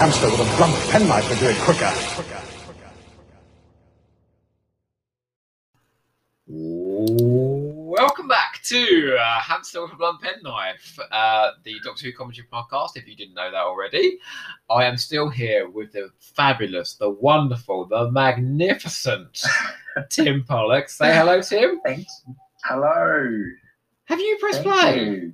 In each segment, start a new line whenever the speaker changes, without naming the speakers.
hamster with a blunt penknife would do it quicker.
Welcome back to uh, Hamster with a Blunt Penknife, uh, the Doctor Who commentary podcast. If you didn't know that already, I am still here with the fabulous, the wonderful, the magnificent Tim Pollock. Say hello, Tim.
Thanks. Hello.
Have you pressed
Thank
play?
you.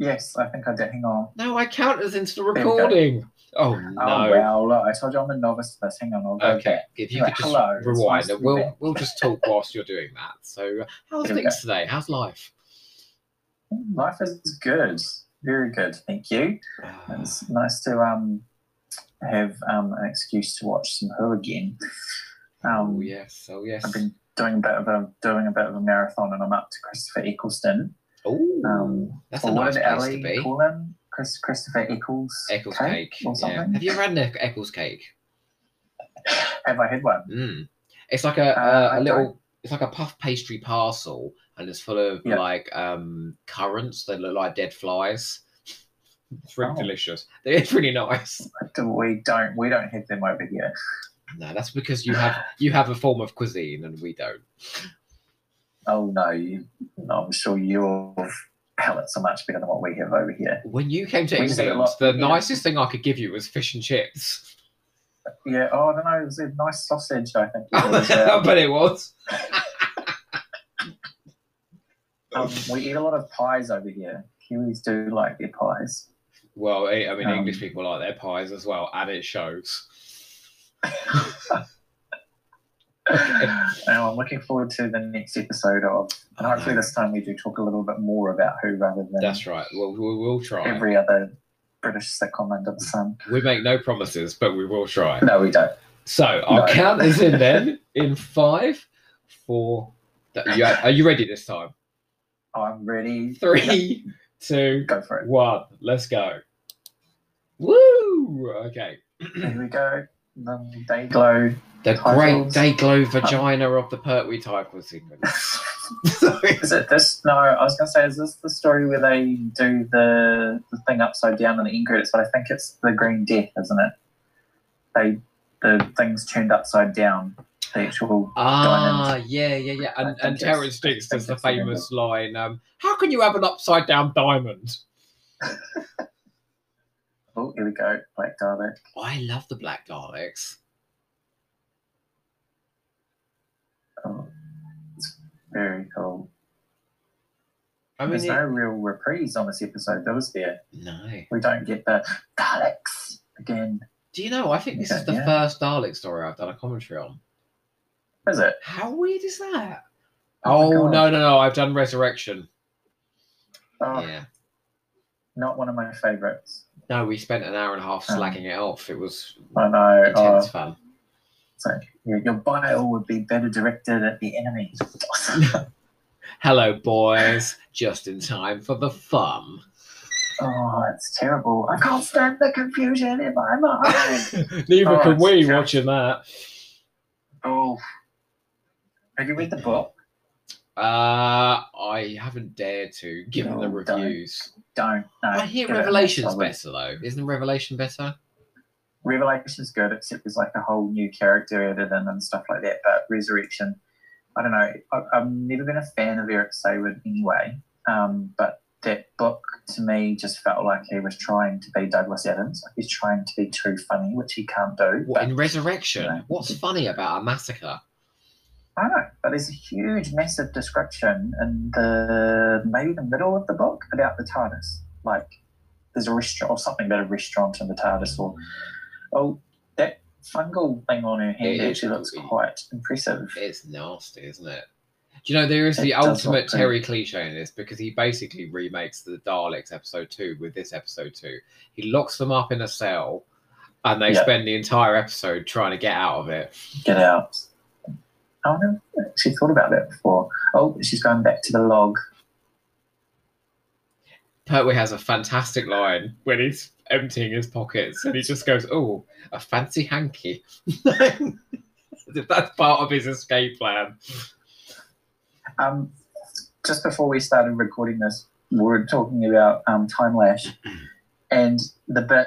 Yes, I think I did. Hang on.
No, I count as into the
There we go.
recording. Oh
Oh,
no.
well, look, I told you I'm a novice at this. Hang on. I'll go
Okay, if you
Right,
could just
hello, it's nice
rewind,
to
and
be
we'll
back.
we'll just talk whilst you're doing that. So, uh, how's
There we
things today? How's life?
back. Life is good. Very good. Thank you. It's nice to um have um an excuse to watch some Who again. Um,
oh yes, oh yes.
I've been doing a bit of a doing a bit of a marathon, and I'm up to Christopher Eccleston.
Oh,
Um,
that's a
or what
nice
did
place
Ellie
to be.
Call him Chris, Christopher Eccles.
Eccles cake. yeah.
or something.
Have you ever had an Eccles cake?
Have I had one?
Mm. It's like a,
Uh,
a,
I
a little. It's like a puff pastry parcel, and it's full of
Yeah.
like um currants that look like dead flies. It's really
Oh.
delicious. It's really nice.
Do we don't we don't have them over here.
No, that's because you have you have a form of cuisine and we don't.
Oh no, you, I'm sure your palates are much better than what we have over here.
When you came to
We just eat a
England,
lot,
the
yeah.
nicest thing I could give you was fish and chips.
Yeah, oh, I don't know, it was a nice sausage, I think. It was, uh,
but it was.
um, we eat a lot of pies over here. Kiwis do like their pies.
Well, I I mean,
Um,
English people like their pies as well, and it shows.
and I'm looking forward to the next episode of, and hopefully this time we do talk a little bit more about who rather than
Oh, That's right. We'll, we'll, we'll try.
every other British sitcom under the sun.
We make no promises, but we will try.
No, we don't.
So our
No.
count is in then in five, four. That, you, are you ready this time?
I'm ready.
Three, two,
Go for it.
one. Let's go. Woo! Okay.
Here we go. Um, Day glow.
The great
Titles.
day glow vagina of the Pertwee type was sequence. Sorry.
Is it this? No, I was going to say, is this the story where they do the, the thing upside down in the end credits? But I think it's the Green Death, isn't it? They the things turned upside down. The actual
Ah, yeah, yeah, yeah.
I
And,
think
and Terence
it's-
Dix
I
does the
think it's the name of
famous line, um, How can you have an upside down diamond?
oh, here we go, Black Dalek.
I love the black Daleks.
Oh, it's very cool.
I mean,
There's
it-
no real reprise on this episode. That was there.
no.
We don't get the Daleks again.
Do you know? I think this
Yeah,
is the
yeah.
first Dalek story I've done a commentary on.
Is it?
How weird is that?
Oh
Oh,
my God.
no, no, no! I've done Resurrection.
Oh,
Yeah.
not one of my favorites.
No, we spent an hour and a half
Oh.
slagging it off. It was
I know. Oh,
intense fun.
So your, your bio would be better directed at the enemy.
Hello, boys! Just in time for the fun.
oh, it's terrible. I can't stand the confusion in my mind.
Neither
Oh,
can
it's
we
just-
watching that.
oh. Have you read the book?
Uh, I haven't dared to, given the
No, don't.
reviews.
Don't. No.
I hear
give it a miss,
Revelation's
I would.
better though. Isn't Revelation better?
Revelation's good, except there's like a whole new character added in and stuff like that. But Resurrection, I don't know. I, I've never been a fan of Eric Sayward anyway. Um, but that book to me just felt like he was trying to be Douglas Adams. Like he's trying to be too funny, which he can't do.
What
but-
in Resurrection?
No.
What's funny about a massacre?
I don't know, but there's a huge, massive description in the maybe the middle of the book about the TARDIS. Like, there's a restaurant or something about a restaurant in the TARDIS, or oh, that fungal thing on her hand
It is
actually looks
creepy.
quite impressive.
It's nasty, isn't it? Do you know there is
It
the
does look
ultimate
pretty-
Terry cliche in this because he basically remakes the Daleks episode two with this episode two. He locks them up in a cell, and they
Yeah.
spend the entire episode trying to get out of it.
Get out. Oh, I never actually thought about that before. Oh, she's going back to the log.
Pertwee has a fantastic line when he's emptying his pockets, and he just goes, "Oh, a fancy hanky." As if That's part of his escape plan.
Um, just before we started recording this, we were talking about um, Time Lash and the bit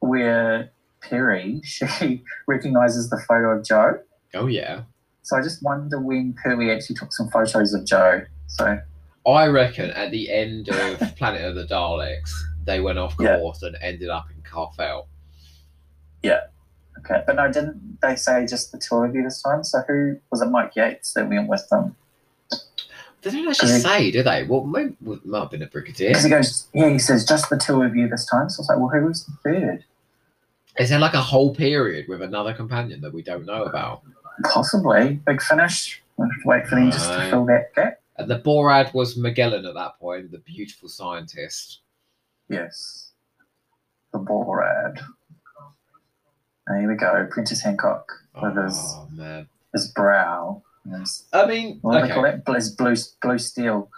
where Perry, she recognizes the photo of Joe.
Oh yeah.
So I just wonder when Perry actually took some photos of Joe. So
I reckon at the end of Planet of the Daleks, they went off
Yeah.
course and ended up in Carfell.
okay, but no, didn't they say just the two of you this time? So who was it? Mike Yates that went with them
They didn't actually
Correct.
say, did they? Well, maybe well, might have been a brigadier.
because he goes, yeah, he says just the two of you this time. So I was like, well, who was the third?
Is there like a whole period with another companion that we don't know about?
Possibly Big Finish. We'll have to wait for them just to
Right.
fill that gap.
And the Borad was Magellan at that point, the beautiful scientist.
Yes, the Borad. There we go, Prentice Hancock with his
Oh man.
his brow. and his-
I mean,
What do
okay.
they call it? Bl- His blue, blue steel.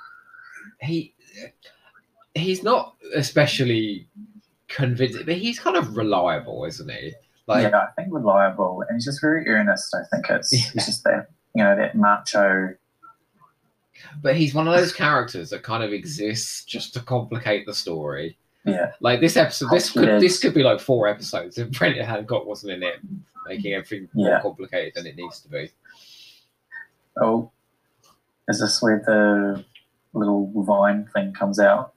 he he's not especially convincing, but he's kind of reliable, isn't he? Like,
yeah, I think reliable, and he's just very earnest. I think it's it's just that you know that macho.
but he's one of those characters that kind of exists just to complicate the story.
Yeah,
Like this episode, this could
Confidence.
this could be like four episodes if Brendan Hancock wasn't in it, making everything more
Yeah.
complicated than it needs to be.
oh, is this where the little vine thing comes out?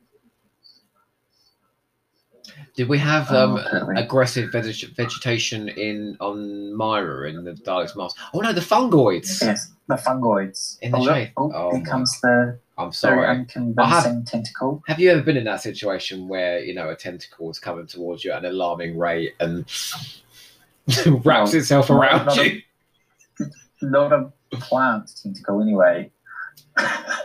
Did we have
Oh,
um,
totally.
aggressive veg- vegetation in on Myra in the Daleks' mask? Oh no, the fungoids.
Yes, the fungoids.
In the
oh, look,
shade.
Oh,
Oh
here
my-
comes the
I'm
very
sorry.
unconvincing tentacle.
Have you ever been in that situation where you know a tentacle is coming towards you at an alarming rate and wraps
No,
itself
no,
around
not a-
you?
Not a plant tentacle, anyway.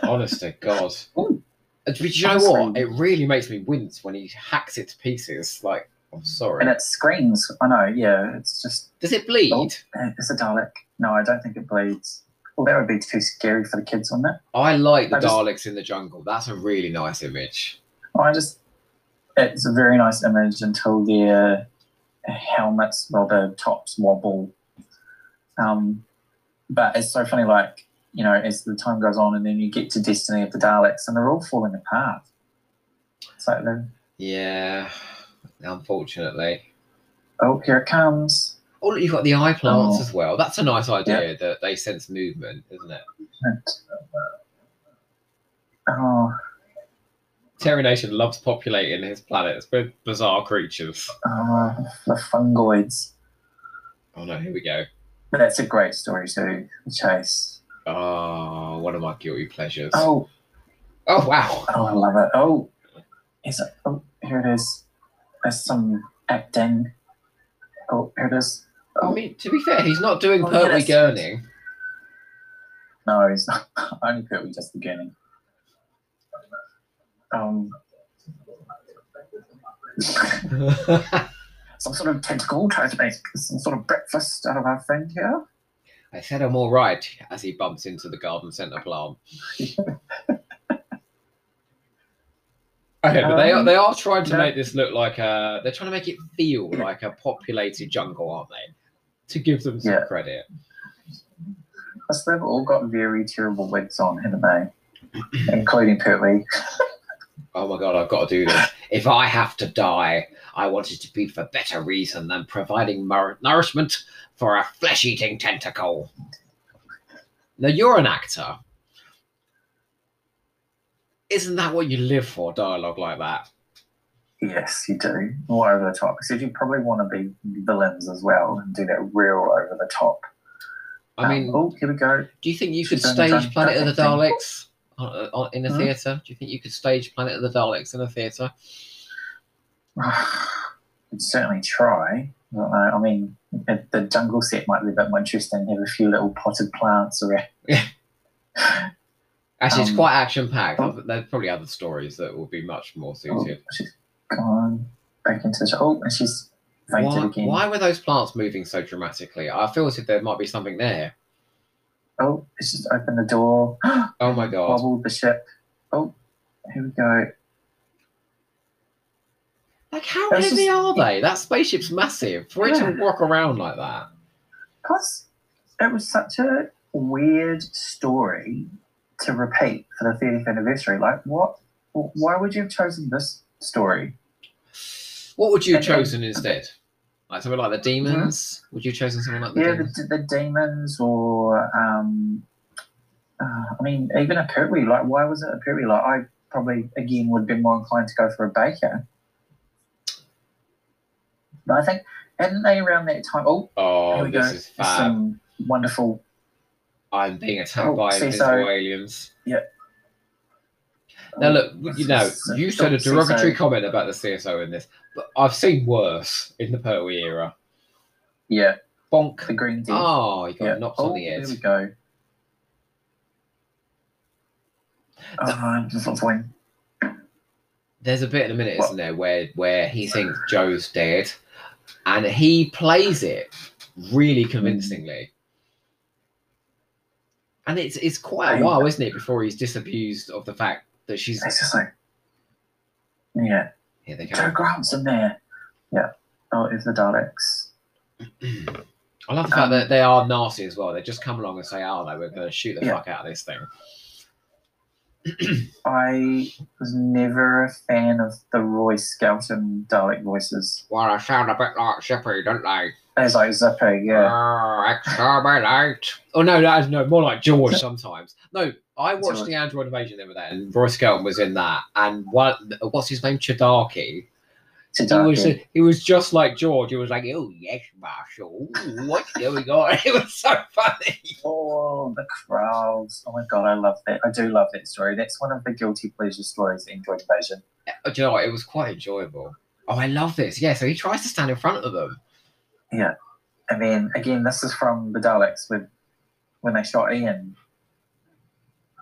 Honest to God.
Ooh.
Uh, But you know
I'm
what?
sorry.
It really makes me wince when he hacks it to pieces. Like, I'm sorry.
And it screams. I know. Yeah, it's just
Does it bleed?
Oh. It's a Dalek. No, I don't think it bleeds. Well, that would be too scary for the kids, wouldn't it?
I like the
I just-
Daleks in the jungle. That's a really nice image.
Oh, I just. It's a very nice image until their helmets, well, their tops wobble. Um, but it's so funny, like, you know, as the time goes on, and then you get to Destiny of the Daleks, and they're all falling apart. It's like, the,
Yeah, unfortunately.
oh, here it comes.
Oh, look, you've got the eye plants
Oh.
as well. That's a nice idea that they sense movement, isn't it?
And, oh,
Terry Nation loves populating his planets with bizarre creatures.
oh, the fungoids.
Oh no, here we go.
But that's a great story, too, The Chase.
Oh, one of my guilty pleasures. Oh,
Oh,
wow.
oh, I love it. Oh, is it? Oh, here it is. There's some acting. Oh, here it is.
I mean, to be fair, he's not doing
Oh, yeah,
Pertwee
that's-
Gurning.
No, it's not. Only Pertwee just beginning. Um, some sort of tentacle trying to make some sort of breakfast out of our friend here.
I said I'm all right as he bumps into the garden centre plant. Okay, but they are
Um,
they are trying to
no.
make this look like a they're trying to make it feel like a populated jungle, aren't they? To give them some
Yeah.
credit.
Plus, they've all got very terrible wigs on, haven't they? Including Pertwee.
Oh my god, I've got to do this. if I have to die, I want it to be for better reason than providing mur- nourishment for a flesh-eating tentacle. Now you're an actor. Isn't that what you live for? Dialogue like that.
Yes, you do. All over the top. Except you probably want to be villains as well and do that real over the top.
I
Um,
mean,
oh, here we go.
Do you think you could
She's
stage
only done
Planet of the
nothing.
Daleks on, on, in a
Hmm?
theatre? Do you think you could stage Planet of the Daleks in a theatre?
I'd certainly try. I don't know. I mean, the the jungle set might be a bit more interesting. Have a few little potted plants around.
Actually, it's
Um,
quite action packed. There's probably other stories that will be much more
Oh,
suited.
she's gone back into the. sh- Oh, and she's fainted
why,
again.
why were those plants moving so dramatically? I feel as if there might be something there.
Oh, it's just opened the door,
Oh my god!
wobbled the ship. Oh, here we go.
Like how
That's
heavy
just-
are they? That spaceship's massive. For it to walk around like that.
Plus, it was such a weird story to repeat for the 30th anniversary. Like, what? Why would you have chosen this story?
What would you have
And- and-
chosen instead? Like something like the demons. Would you have chosen someone like the
yeah,
demons?
the, the demons or um, uh, I mean, even a Pertwee. Like, why was it a Pertwee? Like, I probably again would have been more inclined to go for a Baker. But I think hadn't they around that time? Oh, here
Oh,
we
this
go.
is fab.
Some wonderful.
I'm being attacked
Oh,
by
see,
invisible
so-
aliens.
oh,
Now
uh,
look, you know,
so-
you said a
so- so-
derogatory comment about the CSO in this, but I've seen worse in the Pertwee era.
Yeah, the
Bonk.
Green Death.
Oh, you got
yeah.
knocked
oh,
on the
there we
head.
go. Oh, I'm just avoiding.
There's a bit in a minute,
What?
isn't there, where where he thinks Joe's dead, and he plays it really
Hmm.
convincingly. And it's it's quite a
I-
while, isn't it, before he's disabused of the fact that she's
It's just like, yeah.
here. They
Joe
go.
Grant's in there. Yeah. Oh, it's the Daleks.
I love the fact
Um,
that they are nasty as well. They just come along and say, "Oh no, we're going to shoot the
Yeah.
fuck out of this thing."
I was never a fan of the Roy Skelton Dalek voices.
Well, I sound a bit like Zippy, don't they?
It's like Zippo, yeah.
Oh, exterminate. Oh, no, no, no, more like George sometimes. No, I watched
George.
the Android Invasion the other day, and Roy Skelton was in that. And what, what's his name? Chidaki. He
to
was, uh,
Dalek.
he was just like George. He was like, oh, yes, Marshall. Ooh, What's going on? It was so funny.
Oh, the crowds. Oh my god, I love that. I do love that story. That's one of the guilty pleasure stories in Joy Division.
Oh, do you know what? It was quite enjoyable. Oh, I love this. Yeah, so he tries to stand in front of them.
And then again, this is from the Daleks with when they shot Ian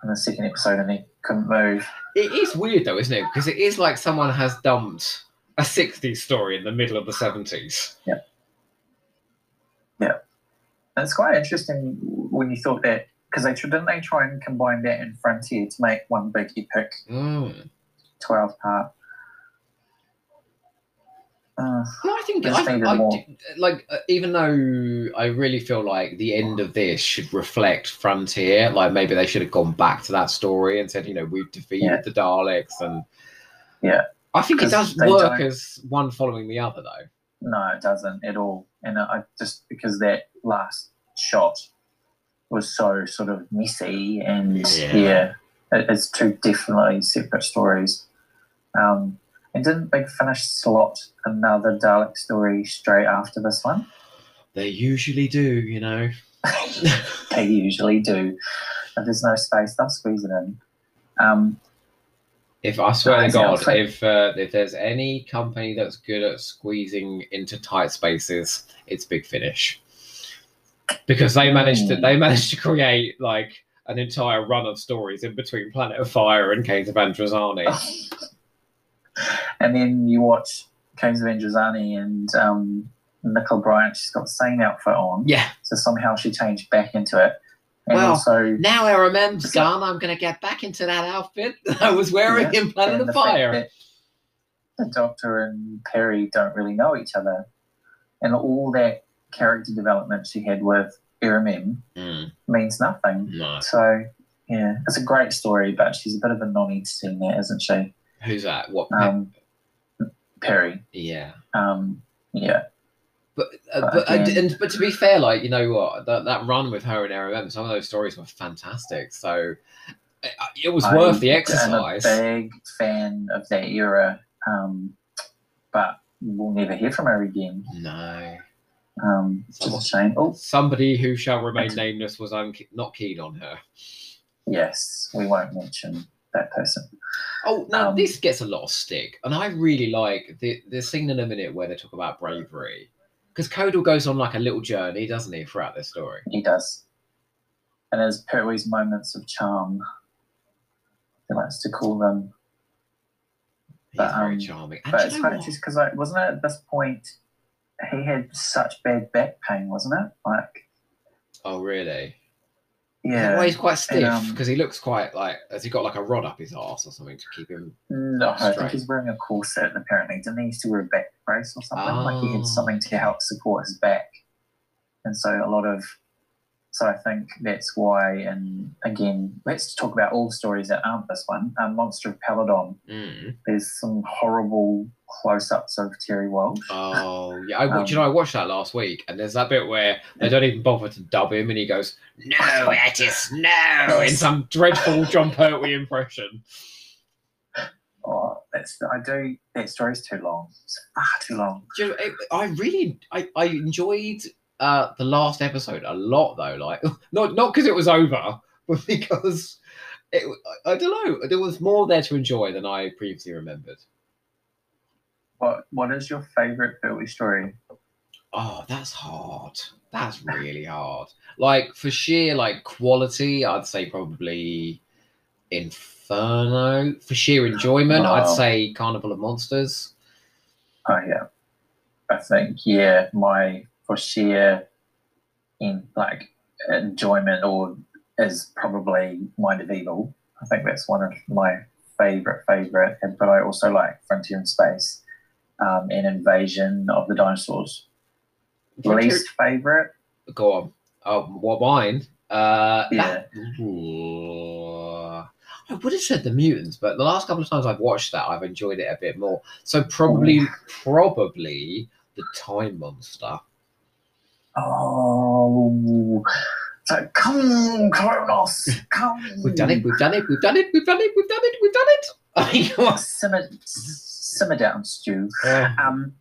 in the second episode and he couldn't move.
It is weird, though, isn't it? Because it is like someone has dumped a 60s story in the middle of the 70s.
And it's quite interesting when you thought that because they didn't they try and combine that in Frontier to make one big epic
Mm.
twelve part. Uh,
No, I think
Just
I,
needed
I
more.
do- like uh, even though I really feel like the end of this should reflect Frontier. Like maybe they should have gone back to that story and said, you know, we've defeated
Yeah.
the Daleks, and
Yeah.
I think it
'Cause
does
they
work
don't-
as one following the other, though.
no, it doesn't at all. And I- I just because that last shot was so sort of messy and
Yeah.
yeah, it, it's two definitely separate stories. Um, and didn't they finish slot another Dalek story straight after this one?
They usually do, you know.
they usually do. If there's no space, they'll squeeze it in. Um,
If I swear to
Nice, yeah,
God,
so-
if uh, if there's any company that's good at squeezing into tight spaces, it's Big Finish, because they managed to
Mm.
they managed to create like an entire run of stories in between Planet of Fire and Kate of Androzani.
and then you watch Caves of Androzani and um, Nicole Bryant. She's got the same outfit on,
yeah.
so somehow she changed back into it. And
Well,
also,
Now I remember, son. I'm going to get back into that outfit that I was wearing
Yeah,
in Planet
and
of
the fact
Fire.
that The Doctor and Perry don't really know each other, and all that character development she had with Iramim
Mm,
means nothing.
no.
So yeah, it's a great story, but she's a bit of a non-entity in there, isn't she?
Who's that? What?
Um, Perry.
yeah.
Um, yeah,
But, uh,
But
but, uh,
again-
and, but to be fair, like you know what, that, that run with her and RMM, some of those stories were fantastic. So it, it was worth the
I'm
exercise.
a big fan of that era, um, but we'll never hear from her again.
No,
Um, it's just a shame. Oh,
somebody who shall remain
Thanks.
nameless was un- not keen on her.
yes, we won't mention that person.
Oh, now
Um,
this gets a lot of stick, and I really like the the scene in a minute where they talk about bravery, because Codal goes on like a little journey, doesn't he, throughout this story?
He does, and there's Pertwee's moments of charm. He likes to call them.
He's
But,
very
um,
charming. And
But
do
it's
you know
funny
what?
just because, like, wasn't it at this point he had such bad back pain, wasn't it? Like,
Oh, really? Yeah. Well,
yeah,
he's quite stiff
um,
because he looks quite like has he got like a rod up his arse or something to keep him
no, I
straight.
think he's wearing a corset. Apparently, didn't he used to wear a back brace or something? Like, he
Oh.
had something to help support his back, and so a lot of. So I think that's why, and again, let's talk about all stories that aren't this one. Um, Monster of Peladon.
Mm.
There's some horrible close-ups of Terry Walsh.
Oh yeah, I wa- do you
Um,
know I watched that last week, and there's that bit where they don't even bother to dub him, and he goes, "No, it is no," in some dreadful John Pertwee impression.
Oh, that's I do. That story's too long. It's far too long.
Do you know, it- I really, I, I enjoyed uh, the last episode a lot though. Like, not not because it was over, but because it, I don't know, there was more there to enjoy than I previously remembered.
What What is your favourite Billy story?
Oh, that's hard. That's really hard. Like for sheer like quality, I'd say probably Inferno. For sheer enjoyment, I'd
Wow.
say Carnival of Monsters.
Oh yeah, I think yeah. My for sheer in like enjoyment or is probably Mind of Evil. I think that's one of my favourite favourite. and- But I also like Frontier in Space um, and Invasion of the Dinosaurs. Least favourite.
Go on. Oh, what mine? Uh,
Yeah.
that- Ooh. I would have said the mutants, but the last couple of times I've watched that, I've enjoyed it a bit more. So
Oh.
probably, probably the Time Monster.
Oh, it's like, come, Kronos, come.
We've done
Mm.
it. We've done it. We've done it. We've done it. We've done it. We've done it. I mean, come on.
Simmer, simmer down, Stu.
Uh,
Um,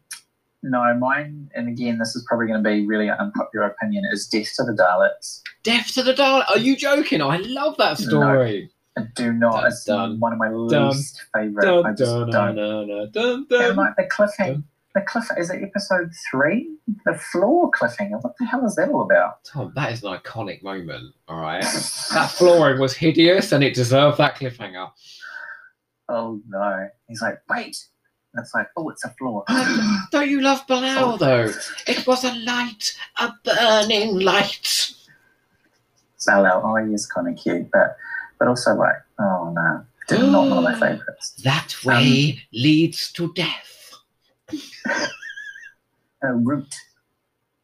no, mine, and again, this is probably going to be really unpopular opinion, is Death to the Daleks.
Death to the Dark. Are you joking? I love that story.
I do not.
Dun,
it's
dun,
one of my
dun,
least favourite. I
Dun,
just
dun,
don't.
dun, dun, dun,
And
dun.
like the cliffhanger. The cliff is it episode three? The floor cliffhanger. What the hell is that all about?
Tom, that is an iconic moment. All right. That flooring was hideous and it deserved that cliffhanger.
Oh no. He's like, wait. And it's like, oh, it's a floor.
Don't you love Bilal,
Oh.
though? It was a light, a burning light.
Zalo, oh, he is kind of cute, but but also like, oh no, did not one of my favorites.
That way leads to death.
Uh, root,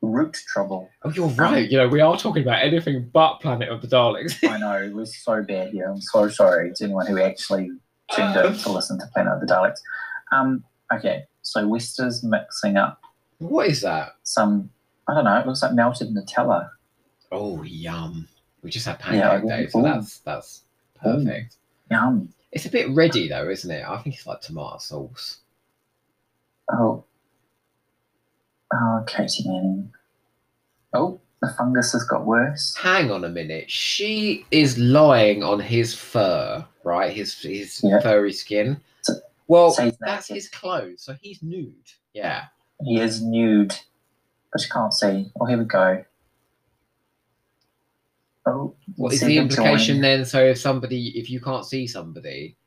root trouble.
Oh, you're right. You know, we are talking about anything but Planet of the Daleks.
I know it was so bad here. I'm so sorry to anyone who actually tuned in to listen to Planet of the Daleks. Um, okay, so Wester's mixing up
what is that?
some. I don't know. It looks like melted Nutella.
Oh, yum. We just had
Yeah,
pancake
well,
day, so
ooh.
that's, that's perfect.
Yum.
It's a bit ready though, isn't it? I think it's like tomato sauce.
Oh. Oh, Katie Manning. Oh, the fungus has got worse.
Hang on a minute. She is lying on his fur, right? His his
Yeah.
furry skin.
So-
Well,
so he's
that's
naked.
his clothes, so he's nude. Yeah.
He is nude, but you can't see. Oh, here we go. Oh, you
What is
see
the
join.
implication then? So if somebody, if you can't see somebody,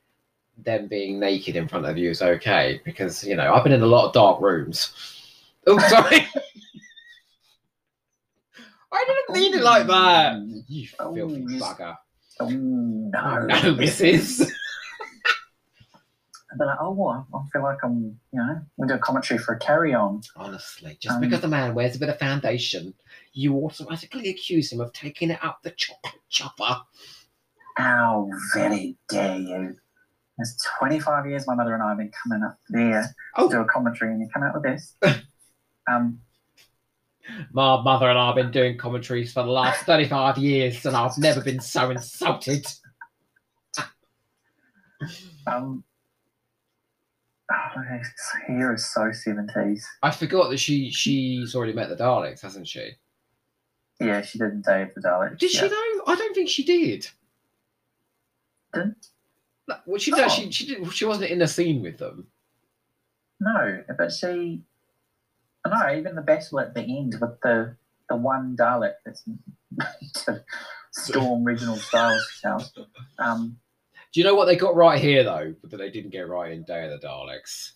them being naked in front of you is okay because you know I've been in a lot of dark rooms. Oh, sorry. I didn't mean it like that. You
Oh,
filthy
yes.
bugger.
Oh
Oh,
no!
no, missus.
I'd be like, oh, I I feel like I'm, you know, we do a commentary for a carry on.
Honestly, just
Um,
because the man wears a bit of foundation, you automatically accuse him of taking it out the chocolate chopper.
How very dare you! It's 25 years my mother and I have been coming up there
Oh.
to do a commentary, and you come out with this. um,
My mother and I have been doing commentaries for the last 35 years, and I've never been so insulted.
um. Oh, this hair is so 70s.
I forgot that she she's already met the Daleks, hasn't she?
Yeah, she did in Day of the Daleks.
Did
yeah.
she though? I don't think she did.
Didn't?
No, Well, she no,
Oh.
she she, did, she wasn't in a scene with them.
No, but she. No, even the battle at the end with the the one Dalek that's to storm Reginald Styles' house. Um,
Do you know what they got right here though? That they didn't get right in Day of the Daleks.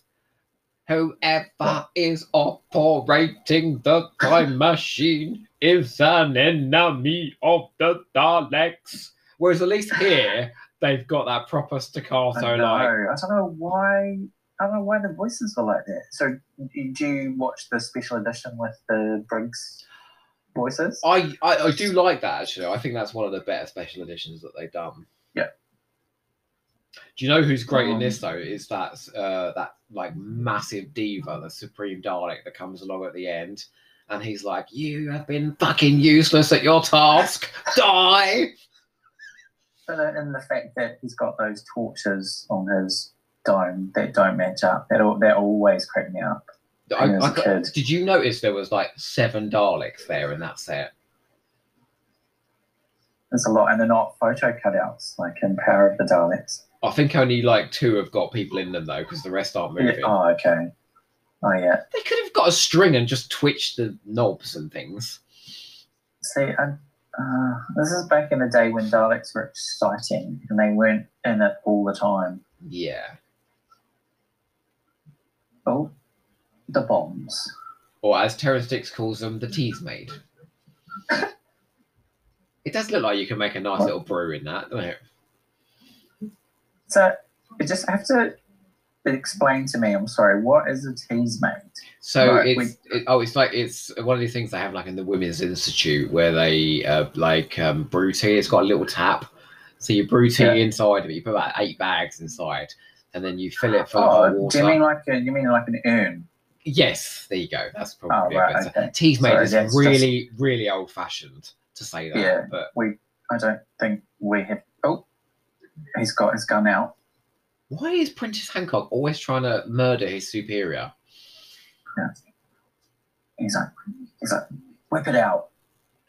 Whoever is operating the time machine is an enemy of the Daleks. Whereas at least here they've got that proper
I,
staccato,
don't know,
like
I don't know why. I don't know why the voices were like that. So, do you watch the special edition with the Briggs voices?
I, I I do like that actually. I think that's one of the better special editions that they've done. Do you know who's great in
Um,
this though? Is that uh, that like massive diva, the supreme Dalek that comes along at the end, and he's like, "You have been fucking useless at your task. Die!"
But in the fact that he's got those torches on his dome that don't match up, that al- that always creep me up.
I,
Yeah, as
I
a
got-
kid.
did you notice there was like seven Daleks there in that set?
There's a lot, and they're not photo cutouts like in Power of the Daleks.
I think only like two have got people in them though, because the rest aren't
Yeah.
moving.
Oh, okay. Oh, yeah.
They could have got a string and just twitched the knobs and things.
See, I, uh, this is back in the day when Daleks were exciting and they weren't in it all the time.
Yeah.
Oh, the bombs.
Or as Terrence Dix calls them, the tea's made. it does look like you can make a nice little brew in that, doesn't it?
So you just have to explain to me. I'm sorry. What is a tease made?
So
Right,
it's it, oh, it's like it's one of these things they have like in the Women's Institute where they uh, like um, brew tea. It's got a little tap, so you brew tea
Yeah.
inside of it. You put about eight bags inside, and then you fill it full of
Oh, do
water.
you mean like a, you mean like an urn?
Yes, there you go. That's probably
Oh, right,
better.
okay.
Tea's made
Sorry,
is
that's just-
really, really old-fashioned to say that,
Yeah.
but
I don't think we have. Oh, he's got his gun out.
Why is Prentice Hancock always trying to murder his superior?
He's like, he's like, whip it out.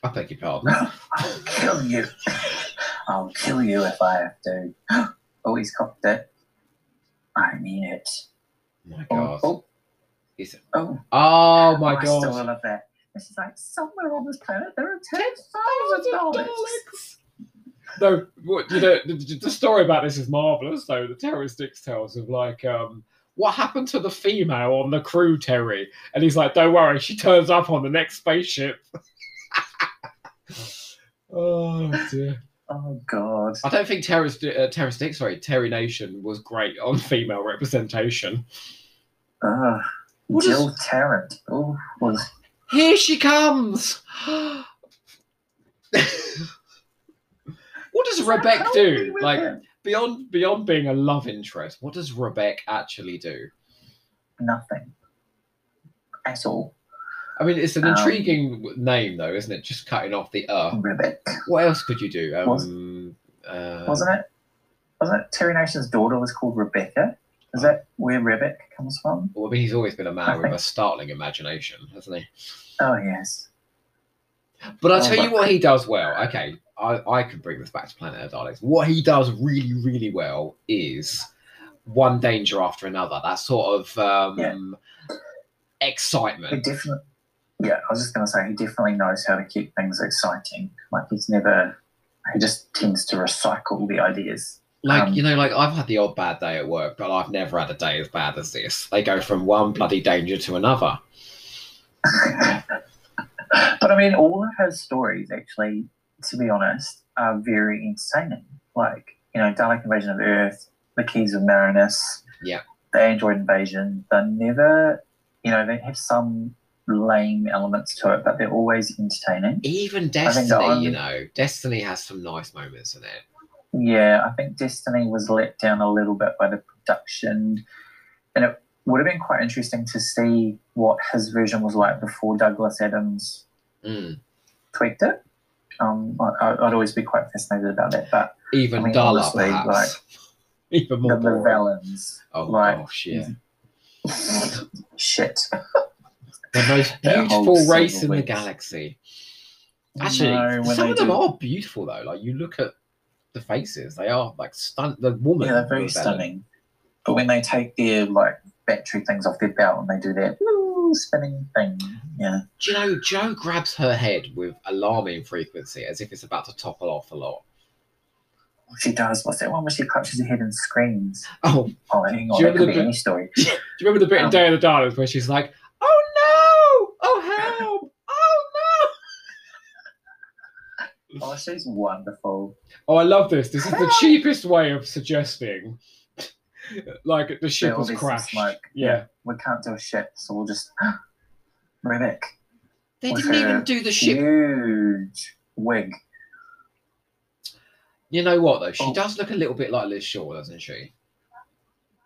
I beg your pardon.
I'll kill you. I'll kill you if I have to. Oh, he's cocked it. I mean it.
my
Oh,
god.
oh,
He's-
oh.
Oh my
I still
god.
love that. This is like somewhere on this planet there are ten thousand dollars.
$10,000. Oh, No, what, you know, the, the story about this is marvelous. Though the terrorist Dix tells of like, um, what happened to the female on the crew, Terry? And he's like, don't worry, she turns up on the next spaceship. oh dear.
Oh god.
I don't think terrorist uh, terrorist Dix, sorry, Terry Nation was great on female representation.
Ugh.
What
Jill Tarrant. Oh, was
Here she comes. what does Rebecca
Help me
do?
with
Like
it.
beyond beyond being a love interest, what does Rebecca actually do?
nothing at all.
I mean, it's an
Um,
intriguing w- name though, isn't it? Just cutting off the uh.
Ribbit,
What else could you do?
Was-
Um, uh,
wasn't it? Wasn't it Terry Nation's daughter was called Rebecca? Is that where Ribbit comes from?
Well, I mean, he's always been a man with a
think-
startling imagination, hasn't he?
Oh yes.
But I'll
Oh,
tell
my
you what he does well. Okay, I, I could bring this back to Planet of the Daleks. What he does really, really well is one danger after another. That sort of um,
He
excitement.
definitely. Yeah, I was just going to say he definitely knows how to keep things exciting. Like he's never. He just tends to recycle the ideas.
Like,
Um,
you know, like I've had the odd bad day at work, but I've never had a day as bad as this. They go from one bloody danger to another.
but I mean, all of his stories, actually, to be honest, are very entertaining. Like, you know, Dalek Invasion of Earth, The Keys of Marinus,
Yeah.
the Android Invasion, they're never, you know, they have some lame elements to it, but they're always entertaining.
Even
I think the
Destiny, you
only-
know, Destiny has some nice moments in it.
Yeah, I think Destiny was let down a little bit by the production. And it would have been quite interesting to see what his version was like before Douglas Adams
Mm.
tweaked it. Um, I, I- I'd always be quite fascinated about that. But
Even
I mean,
duller,
honestly,
perhaps.
like,
Even
the
more boring.
Lavellans,
Oh
like-
gosh, yeah.
shit.
The most
That whole
beautiful race in
single
the
weeks.
galaxy. Actually,
No, when
some
they
of them
do-
are beautiful though. Like you look at the faces, they are like stunt. The woman,
Yeah, they're very
was that-
stunning. But when they take their like battery things off their belt and they do that little spinning thing, yeah,
Joe Joe grabs her head with alarming frequency, as if it's about to topple off a lot.
she does. What's that one where she clutches her head and screams?
Oh, do
Oh, hang
Do
on,
you
that could
remember
be
the-
any story.
you remember the bit in
Um,
Day of the Daleks where she's like, "Oh no! Oh help! Oh no!"
Oh, she's wonderful.
Oh, I love this. This is the cheapest way of suggesting, like the ship
There will
has
be some
crashed.
smoke.
Yeah.
We can't do a ship, so we'll just Rebecca,
They
With
didn't even
her
do the ship
huge wig.
You know what though? She
Oh.
does look a little bit like Liz Shaw, doesn't she?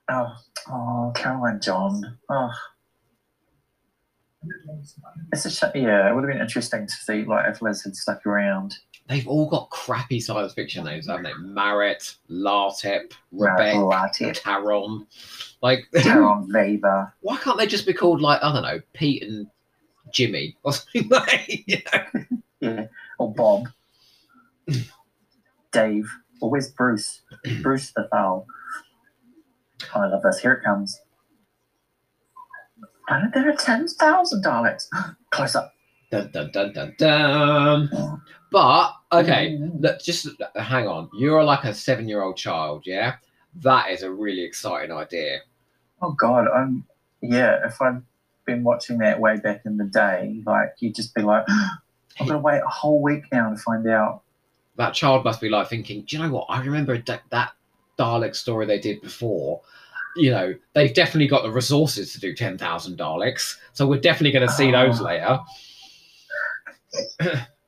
Oh, oh, Caroline John. Oh. It's a sh- yeah. It would have been interesting to see like if Liz had stuck around.
They've all got crappy science fiction names, haven't they? Marit, Lartep, Rebecca,
Rebecca Latte,
Taron. Like,
Caroline Viva.
why can't they just be called like I don't know, Pete and Jimmy or something like? You know?
Yeah, or Bob, Dave, or where's Bruce? Bruce the fowl. Oh, I love this. Here it comes. And there are ten thousand Daleks. Close up.
Dun dun dun dun dun. But okay,
Ooh.
Look, just uh, hang on. You're like a seven year old child, yeah? That is a really exciting idea.
Oh God, I'm yeah. If I'd been watching that way back in the day, like you'd just be like, I'm gonna wait a whole week now to find out.
That child must be like thinking, do you know what? I remember da- that Dalek story they did before. You know, they've definitely got the resources to do 10,000 Daleks. So we're definitely going to see those
Oh.
later.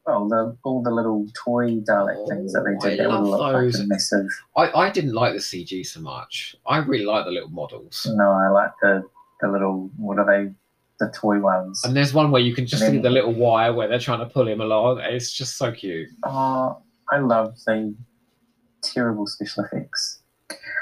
Well, the, all the little toy Dalek things that
Oh,
they
I
do, they all
love
look like
those.
a massive.
I, I didn't like the CG so much. I really like the little models.
No, I like the the little what are they? The toy ones.
And there's one where you can just see
Really?
the little wire where they're trying to pull him along. It's just so cute.
Oh, I love the terrible special effects.